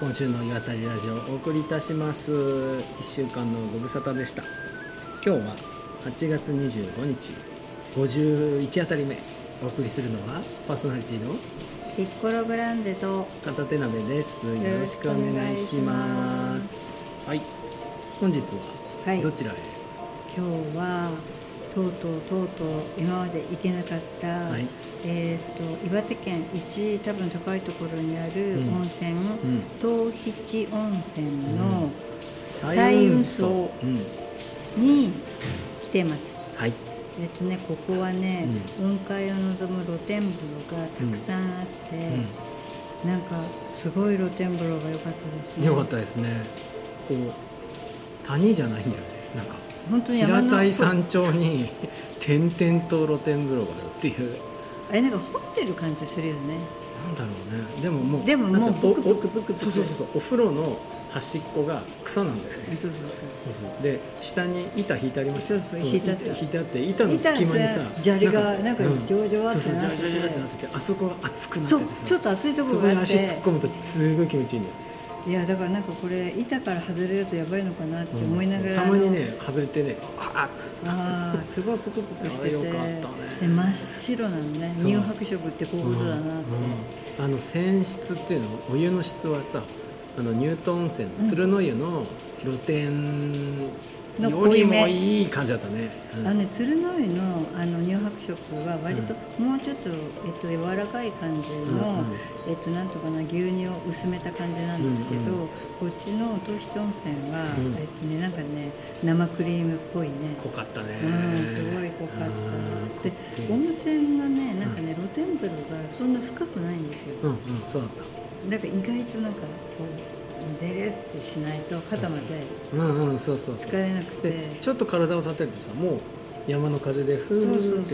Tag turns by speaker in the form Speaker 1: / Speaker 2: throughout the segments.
Speaker 1: 今週の岩谷ラジオお送りいたします1週間のご無沙汰でした今日は8月25日51あたり目お送りするのはパーソナリティの
Speaker 2: ピッコログランデと
Speaker 1: 片手鍋ですよろ
Speaker 2: ろ
Speaker 1: し
Speaker 2: し
Speaker 1: く
Speaker 2: く
Speaker 1: お
Speaker 2: お
Speaker 1: 願
Speaker 2: 願
Speaker 1: い
Speaker 2: い
Speaker 1: し
Speaker 2: し
Speaker 1: ま
Speaker 2: ますす
Speaker 1: はい本日
Speaker 2: は
Speaker 1: はいどちらへ、
Speaker 2: 今日はとうとうとうとう今まで行けなかった、
Speaker 1: はい
Speaker 2: えー、と岩手県一多分高いところにある
Speaker 1: うん
Speaker 2: 温泉、
Speaker 1: ん
Speaker 2: 東吉温泉
Speaker 1: う
Speaker 2: の
Speaker 1: 彩
Speaker 2: 彩
Speaker 1: 雲荘
Speaker 2: 雲荘
Speaker 1: うん
Speaker 2: に来てます、
Speaker 1: はい
Speaker 2: えっとね、ここはね、雲海を望む露天風呂がたくさんあって、なんかすごい露天風呂が良かったですね
Speaker 1: 良かったですねこう谷じゃないんだよねなんか
Speaker 2: 本当に山
Speaker 1: 平
Speaker 2: の
Speaker 1: たい山頂に点々と露天風呂があるっていう
Speaker 2: あれなんか掘ってる感じするよね
Speaker 1: なんだろうねでももう
Speaker 2: でもも
Speaker 1: な
Speaker 2: う
Speaker 1: んていの
Speaker 2: ブクブクブクブク
Speaker 1: おおそうそうそうそうお風呂の端っこが草なんだよね
Speaker 2: そうそう
Speaker 1: そうそうで下に板引いてあります
Speaker 2: そうそう引いてあった
Speaker 1: 引いてあって板の隙間にさ
Speaker 2: 板さ砂利がなんか
Speaker 1: うん
Speaker 2: ジョワジョワって
Speaker 1: そうそうジョ
Speaker 2: な
Speaker 1: ワ
Speaker 2: ってて
Speaker 1: ジョワジョワってなっててあそこは熱くなっ
Speaker 2: そう
Speaker 1: てて
Speaker 2: そ
Speaker 1: さ
Speaker 2: うちょっと熱いとこ
Speaker 1: そ
Speaker 2: ろ
Speaker 1: こ
Speaker 2: が
Speaker 1: に
Speaker 2: あっ
Speaker 1: 足突っ込
Speaker 2: て
Speaker 1: むとすごい気持ちいいんだよね
Speaker 2: いやだからなんかこれ板から外れるとやばいのかなって思いながら、
Speaker 1: たまにね外れてねあ
Speaker 2: ああすごいプクプクしてて
Speaker 1: あよかったね
Speaker 2: で真っ白なのね
Speaker 1: そう
Speaker 2: 乳白色ってこういうことだなって、
Speaker 1: うんあの泉質っていうのお湯の質はさあのニュートン温泉鶴の湯の露天
Speaker 2: の
Speaker 1: よりも
Speaker 2: 濃いめ
Speaker 1: いい感じだったね、うん
Speaker 2: あのね、鶴の湯のあの乳白色は割ともうちょっと、えっと、柔らかい感じ
Speaker 1: う
Speaker 2: の、
Speaker 1: んうん
Speaker 2: えっと、なんとかな牛乳を薄めた感じなんですけど、
Speaker 1: うんう
Speaker 2: こっちの東七温泉は、
Speaker 1: うん
Speaker 2: えっとね、なんかね生クリームっぽいね。
Speaker 1: 濃かったね
Speaker 2: うん、すごい濃かった。で、温泉がね、なんかね、露天風呂がそんな深くないんですよ。
Speaker 1: うんうんそうだった
Speaker 2: だから意外となんかこうデレってしないと肩まで
Speaker 1: うんうんそうそうそう
Speaker 2: 疲れなくて
Speaker 1: で。ちょっと体を立てるとさもう山の風でふ
Speaker 2: そうそう
Speaker 1: ーっ
Speaker 2: そう
Speaker 1: て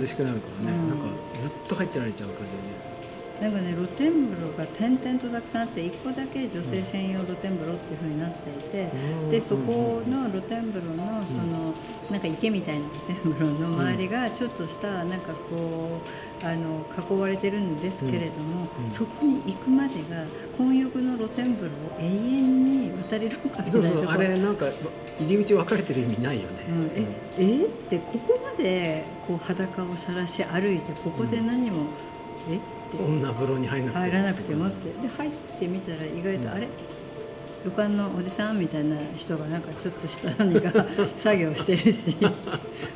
Speaker 1: 涼しくなるからね
Speaker 2: うん
Speaker 1: なんかずっと入ってられちゃう感じでね
Speaker 2: なんかね露天風呂が点々とたくさんあって1個だけ女性専用露天風呂っていう風になっていて、
Speaker 1: うん
Speaker 2: でそこの露天風呂のその、なんか池みたいな露天風呂の周りがちょっとしたなんかこうあの囲われてるんですけれども、
Speaker 1: うんうん
Speaker 2: そこに行くまでが混浴の露天風呂を永遠に渡れるのかみた
Speaker 1: そ
Speaker 2: いうなと
Speaker 1: そ
Speaker 2: こ
Speaker 1: うあれなんか入り口分かれてる意味ないよね、
Speaker 2: うん、ええってここまでこう裸を晒し歩いてここで何も、えって
Speaker 1: 女風呂に入らなくて
Speaker 2: 入らなくてもってで入ってみたら意外とあれ、旅館のおじさんみたいな人がなんかちょっとした何 か作業してるし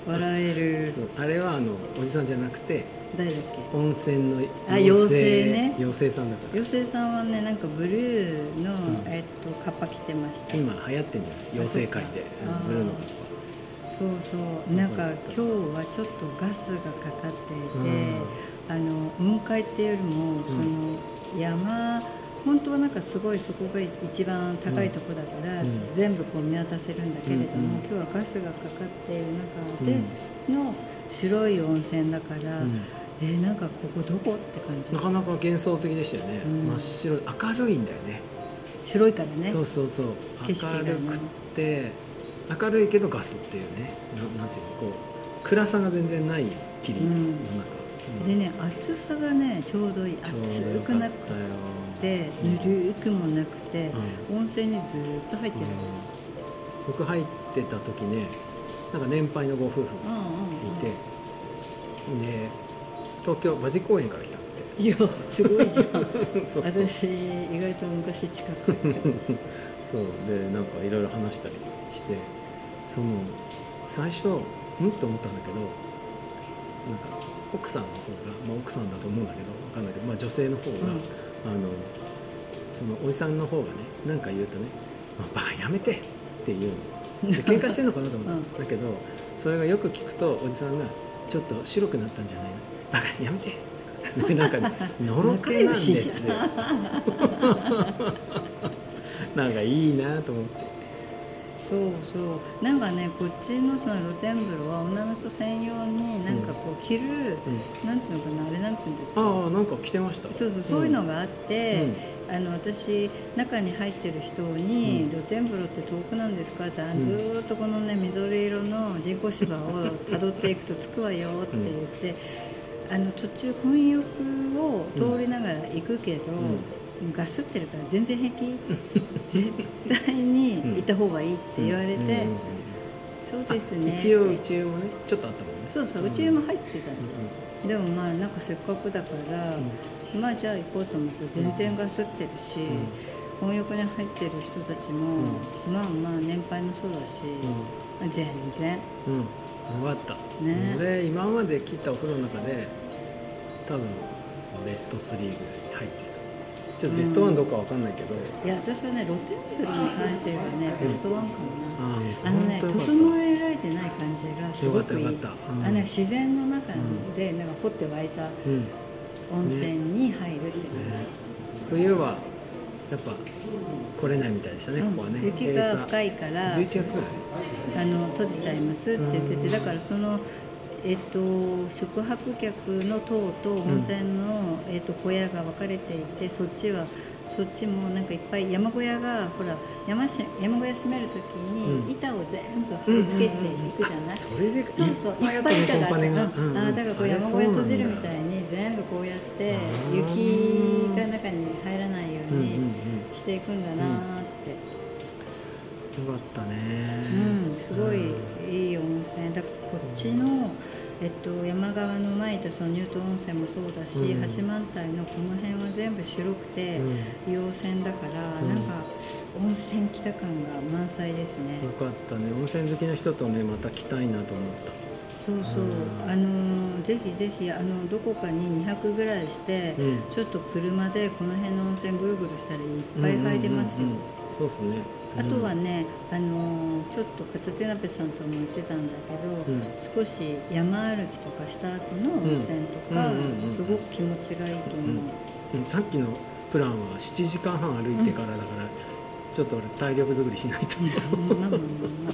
Speaker 2: 笑える
Speaker 1: そうあれはあのおじさんじゃなくて
Speaker 2: 誰だっ
Speaker 1: 温泉の
Speaker 2: あ妖精ね
Speaker 1: 妖精さんだか
Speaker 2: け妖精さんはねなんかブルーの、
Speaker 1: ん
Speaker 2: えっとカッパ着てました
Speaker 1: ら今流行ってんじゃない妖精界で
Speaker 2: あそっか
Speaker 1: うんブルーの
Speaker 2: あそうそうなんか今日はちょっとガスがかかっていて、あの雲海っていうよりもその山、本当はなんかすごいそこが一番高いとこだから、
Speaker 1: うん
Speaker 2: 全部こう見渡せるんだけれども、
Speaker 1: うんうん
Speaker 2: 今日はガスがかかっている中での白い温泉だから、
Speaker 1: うん
Speaker 2: えーなんかここどこって感じ
Speaker 1: なかなか幻想的でしたよね、
Speaker 2: うん
Speaker 1: 真っ白い明るいんだよね
Speaker 2: 白いからね
Speaker 1: そうそうそう
Speaker 2: 景色が
Speaker 1: 明
Speaker 2: ね
Speaker 1: るくって明るいけどガスっていうねななんていうのこう暗さが全然ない霧の中、
Speaker 2: うん
Speaker 1: うん
Speaker 2: でね暑さがねちょうどいい
Speaker 1: ちょうど
Speaker 2: 暑
Speaker 1: よ
Speaker 2: く
Speaker 1: か
Speaker 2: な
Speaker 1: っ
Speaker 2: く
Speaker 1: たよ
Speaker 2: てぬるくもなくて、温泉にずーっと入ってる、
Speaker 1: 僕入ってた時ねなんか年配のご夫婦が
Speaker 2: うんうんうん
Speaker 1: いて、で東京馬事公園から来たんで
Speaker 2: いやすごいじゃん
Speaker 1: そうそう
Speaker 2: 私意外と昔近く
Speaker 1: そうでなんかいろいろ話したりしてその最初うんと思ったんだけどなんか奥さんの方が、まあ、奥さんだと思うんだけどわかんないけど、まあ、女性の方が、
Speaker 2: うん
Speaker 1: あのそのおじさんの方がねなんか言うとね「まあ、バカやめて」って言うので喧嘩してんのかなと思った、
Speaker 2: うん
Speaker 1: だけどそれがよく聞くとおじさんが「ちょっと白くなったんじゃないのバカやめて」 とかなんかねのろけなんですよ。なんかいいなと思って。
Speaker 2: そうそうなんかねこっちのその露天風呂は女の人専用になんかこう着る、なんていうのかなあれなんていうんだっけ
Speaker 1: ああなんか着てました
Speaker 2: そうそうそういうのがあっ
Speaker 1: う
Speaker 2: て
Speaker 1: ん、
Speaker 2: あの私中に入ってる人に、露天風呂って遠くなんですか?」ってあ「ずーっとこのね緑色の人工芝をたどっていくと着くわよ」って言って、あの途中混浴を通りながら行くけど、
Speaker 1: ん
Speaker 2: ガスってるから全然平気絶対にいた方がいいって言われて、そうですね
Speaker 1: 一応宇宙もねちょっとあったもんね
Speaker 2: そうそう宇宙も入ってたの、でもまあなんかせっかくだから、まあじゃあ行こうと思って全然ガスってるし、温浴に入ってる人たちも、まあまあ年配の層だし、全然
Speaker 1: うん、うん、よかった、
Speaker 2: ね
Speaker 1: 俺今まで切ったお風呂の中で多分ベスト3ぐらいに入ってるとちょっとベスト1どうかわかんないけど、
Speaker 2: いや私はね露天風呂に関してはねベストワンかもな、
Speaker 1: うん
Speaker 2: あのね
Speaker 1: 本当よかった
Speaker 2: 整えられてない感じがすごくいい、
Speaker 1: よかったよかったうん
Speaker 2: あの自然の中でなんか掘って湧いた
Speaker 1: うん
Speaker 2: 温泉に入るって感じ、
Speaker 1: ね冬はやっぱ来れないみたいでしたね、ここはね
Speaker 2: 雪が深
Speaker 1: い
Speaker 2: いから
Speaker 1: 11月ぐらい
Speaker 2: あの閉じちゃいますって言っててだからその、えっと、宿泊客の棟と温泉の、えっと、小屋が分かれていてそっちはそっちもなんかいっぱい山小屋がほら山し山小屋閉める時
Speaker 1: うん
Speaker 2: に板を全部貼り付けていくじゃない、
Speaker 1: あそれでいっ
Speaker 2: そうそういっぱ
Speaker 1: ぱい
Speaker 2: い
Speaker 1: あった
Speaker 2: 板
Speaker 1: ね
Speaker 2: があ
Speaker 1: コ
Speaker 2: っ
Speaker 1: ンパネが、
Speaker 2: たうんあーだからこう山小屋閉じるみたいに全部こうやって雪が中に入らないよう
Speaker 1: うんうん
Speaker 2: にしていくんだなーって。
Speaker 1: よかったね、
Speaker 2: うん、すごいいい温泉だからこっちの、えっと、山側の前とその乳頭温泉もそうだし、
Speaker 1: うん
Speaker 2: 八幡平のこの辺は全部白くて
Speaker 1: うん
Speaker 2: 硫黄泉だから、
Speaker 1: うん
Speaker 2: なんか温泉来た感が満載ですね、
Speaker 1: よかったね温泉好きな人とねまた来たいなと思った
Speaker 2: そうそうあのーぜひぜひあのどこかに200ぐらいして、
Speaker 1: うん
Speaker 2: ちょっと車でこの辺の温泉ぐるぐるしたらいっぱい入れます
Speaker 1: う
Speaker 2: よ、
Speaker 1: んうんうんそうですね
Speaker 2: あとはね、あのーちょっと片手鍋さんとも言ってたんだけど、
Speaker 1: うん
Speaker 2: 少し山歩きとかした後の温泉とか、
Speaker 1: うんうんうんうん
Speaker 2: すごく気持ちがいいと思う、
Speaker 1: うんさっきのプランは7時間半歩いてからだから、ちょっと俺体力作りしないとね
Speaker 2: うんまあまあまあまあ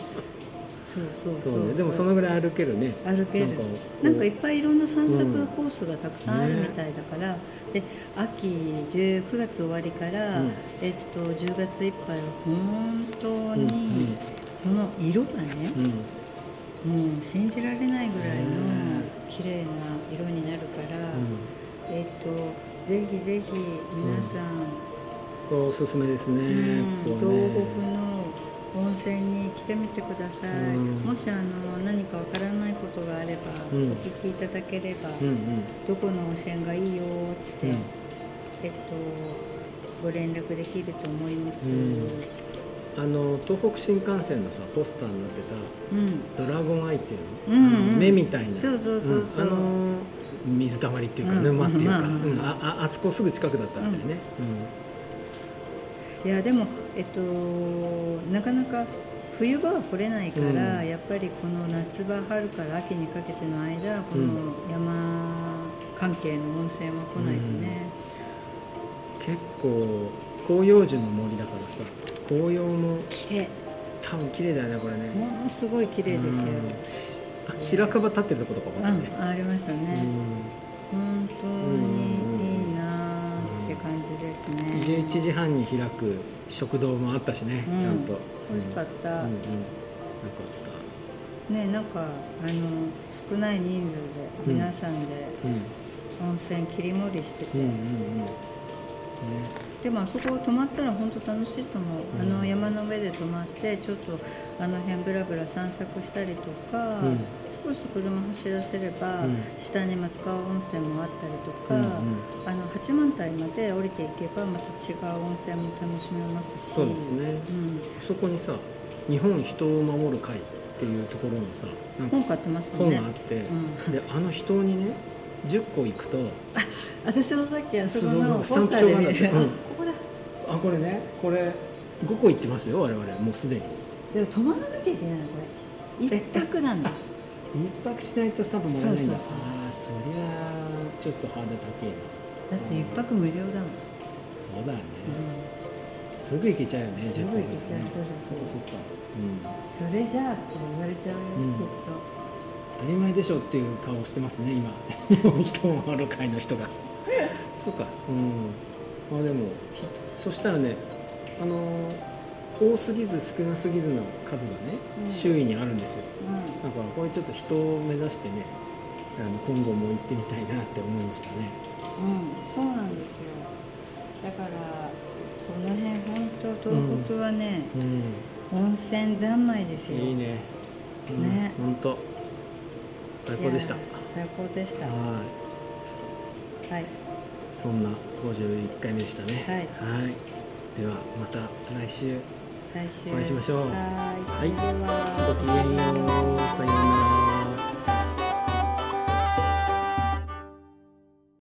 Speaker 2: そうそうそう
Speaker 1: そうねでもそのぐらい歩けるね
Speaker 2: 歩ける
Speaker 1: なんかこう
Speaker 2: なんかいっぱいいろんな散
Speaker 1: うん
Speaker 2: 策コースがたくさんあるみたいだから、で秋19月終わりから、
Speaker 1: うん
Speaker 2: えっと、10月いっぱいは本当
Speaker 1: うん
Speaker 2: に、この色がね、
Speaker 1: うんうん
Speaker 2: もう信じられないぐらいの
Speaker 1: ね
Speaker 2: 綺麗な色になるから、えっとぜひぜひ皆さん、
Speaker 1: ここおすすめですね、
Speaker 2: う
Speaker 1: こ
Speaker 2: ん
Speaker 1: こね
Speaker 2: 東北の温泉に来てみてください、
Speaker 1: うん
Speaker 2: もしあの何かわからないことがあれば、
Speaker 1: うん
Speaker 2: お聞きいただければ、
Speaker 1: うんうん
Speaker 2: どこの温泉がいいよって、
Speaker 1: うん
Speaker 2: えっとご連絡できると思います、
Speaker 1: う
Speaker 2: うんん
Speaker 1: あの東北新幹線のさポスターになってた「ドラゴンアイ」っていうの、
Speaker 2: うんうん
Speaker 1: あの目みたいな
Speaker 2: そうそうそうそうん
Speaker 1: あの水たまりっていうか
Speaker 2: うん
Speaker 1: 沼っていうか、
Speaker 2: まあまあ
Speaker 1: うんあああそこすぐ近くだったあたりね、
Speaker 2: いやでも、えっと、なかなか冬場は来れないから、
Speaker 1: うん
Speaker 2: やっぱりこの夏場春から秋にかけての間この山関係の温泉は来ないとね、
Speaker 1: 結構広葉樹の森だからさ紅葉も
Speaker 2: 綺麗
Speaker 1: 多分綺麗だよねこれね
Speaker 2: ものすごい綺麗ですよ、
Speaker 1: あ白樺立ってるとことか
Speaker 2: う
Speaker 1: 分
Speaker 2: ん
Speaker 1: かったね、
Speaker 2: ありましたね、本当にいいなーって感じです
Speaker 1: うん
Speaker 2: ね、
Speaker 1: 11時半に開く食堂もあったしね、
Speaker 2: うん
Speaker 1: ちゃんと
Speaker 2: 美味しかった、
Speaker 1: うんうんよか
Speaker 2: ねなんかあの少ない人数で
Speaker 1: うん
Speaker 2: 皆さんで
Speaker 1: ったうん
Speaker 2: 温泉切り盛りして
Speaker 1: う
Speaker 2: て、
Speaker 1: んうんうんね
Speaker 2: でもあそこ泊まったら本当楽しいと思う、あの山の上で泊まってちょっとあの辺ぶらぶら散策したりとか、
Speaker 1: うん
Speaker 2: 少し車走らせれば、
Speaker 1: うん
Speaker 2: 下に松川温泉もあったりとか、
Speaker 1: うんうん
Speaker 2: あの八幡平まで降りていけばまた違う温泉も楽しめますし
Speaker 1: そうですね
Speaker 2: うん、
Speaker 1: そこにさ「日本人を守る会」っていうところにさなんか
Speaker 2: 本買ってますよ
Speaker 1: 本
Speaker 2: ね
Speaker 1: があって、
Speaker 2: う
Speaker 1: であの人にね10個行くと
Speaker 2: 私もさっきあそこ
Speaker 1: そう
Speaker 2: の
Speaker 1: そう
Speaker 2: ポ
Speaker 1: スタンプ
Speaker 2: スターで
Speaker 1: 帳があ
Speaker 2: 見
Speaker 1: るんだって
Speaker 2: る、
Speaker 1: うん
Speaker 2: あここだ
Speaker 1: あこれねこれ5個行ってますよ我々もうすでに
Speaker 2: でも泊まらなきゃいけないのこれ一泊なんだ
Speaker 1: 一泊しないとスタンプもらえないんだ
Speaker 2: そうそうそう
Speaker 1: ああそりゃあちょっとハードル高いな
Speaker 2: だって一泊無料だもん、
Speaker 1: そうだよね、
Speaker 2: うん
Speaker 1: すぐ行けちゃうよね
Speaker 2: すぐ行
Speaker 1: ジェッ
Speaker 2: けちゃう
Speaker 1: トでね
Speaker 2: そ
Speaker 1: そ
Speaker 2: うそう
Speaker 1: う
Speaker 2: そう
Speaker 1: そっか
Speaker 2: それじゃあって言われちゃうよ、
Speaker 1: うん
Speaker 2: きっと
Speaker 1: 当たり前でしょっていう顔してますね今日 本人を守る会の人がそうかうんまあでもひそしたらねあのー多すぎず少なすぎずの数がね、
Speaker 2: うん
Speaker 1: 周囲にあるんですよ
Speaker 2: う
Speaker 1: だからこれちょっと人を目指してねあの今後も行ってみたいなって思いましたね
Speaker 2: ん、うん、そうなんですよだからこの辺本当東北はね、
Speaker 1: うん
Speaker 2: 温泉三昧ですよ
Speaker 1: いいねうん
Speaker 2: ね
Speaker 1: ほんと最高でした
Speaker 2: いや最高でしたは
Speaker 1: はい
Speaker 2: い
Speaker 1: そんな51回目でしたね
Speaker 2: はい
Speaker 1: はいではまた来週
Speaker 2: 来週
Speaker 1: お会いしましょう
Speaker 2: はいそれでは、
Speaker 1: ごきげんようさようなら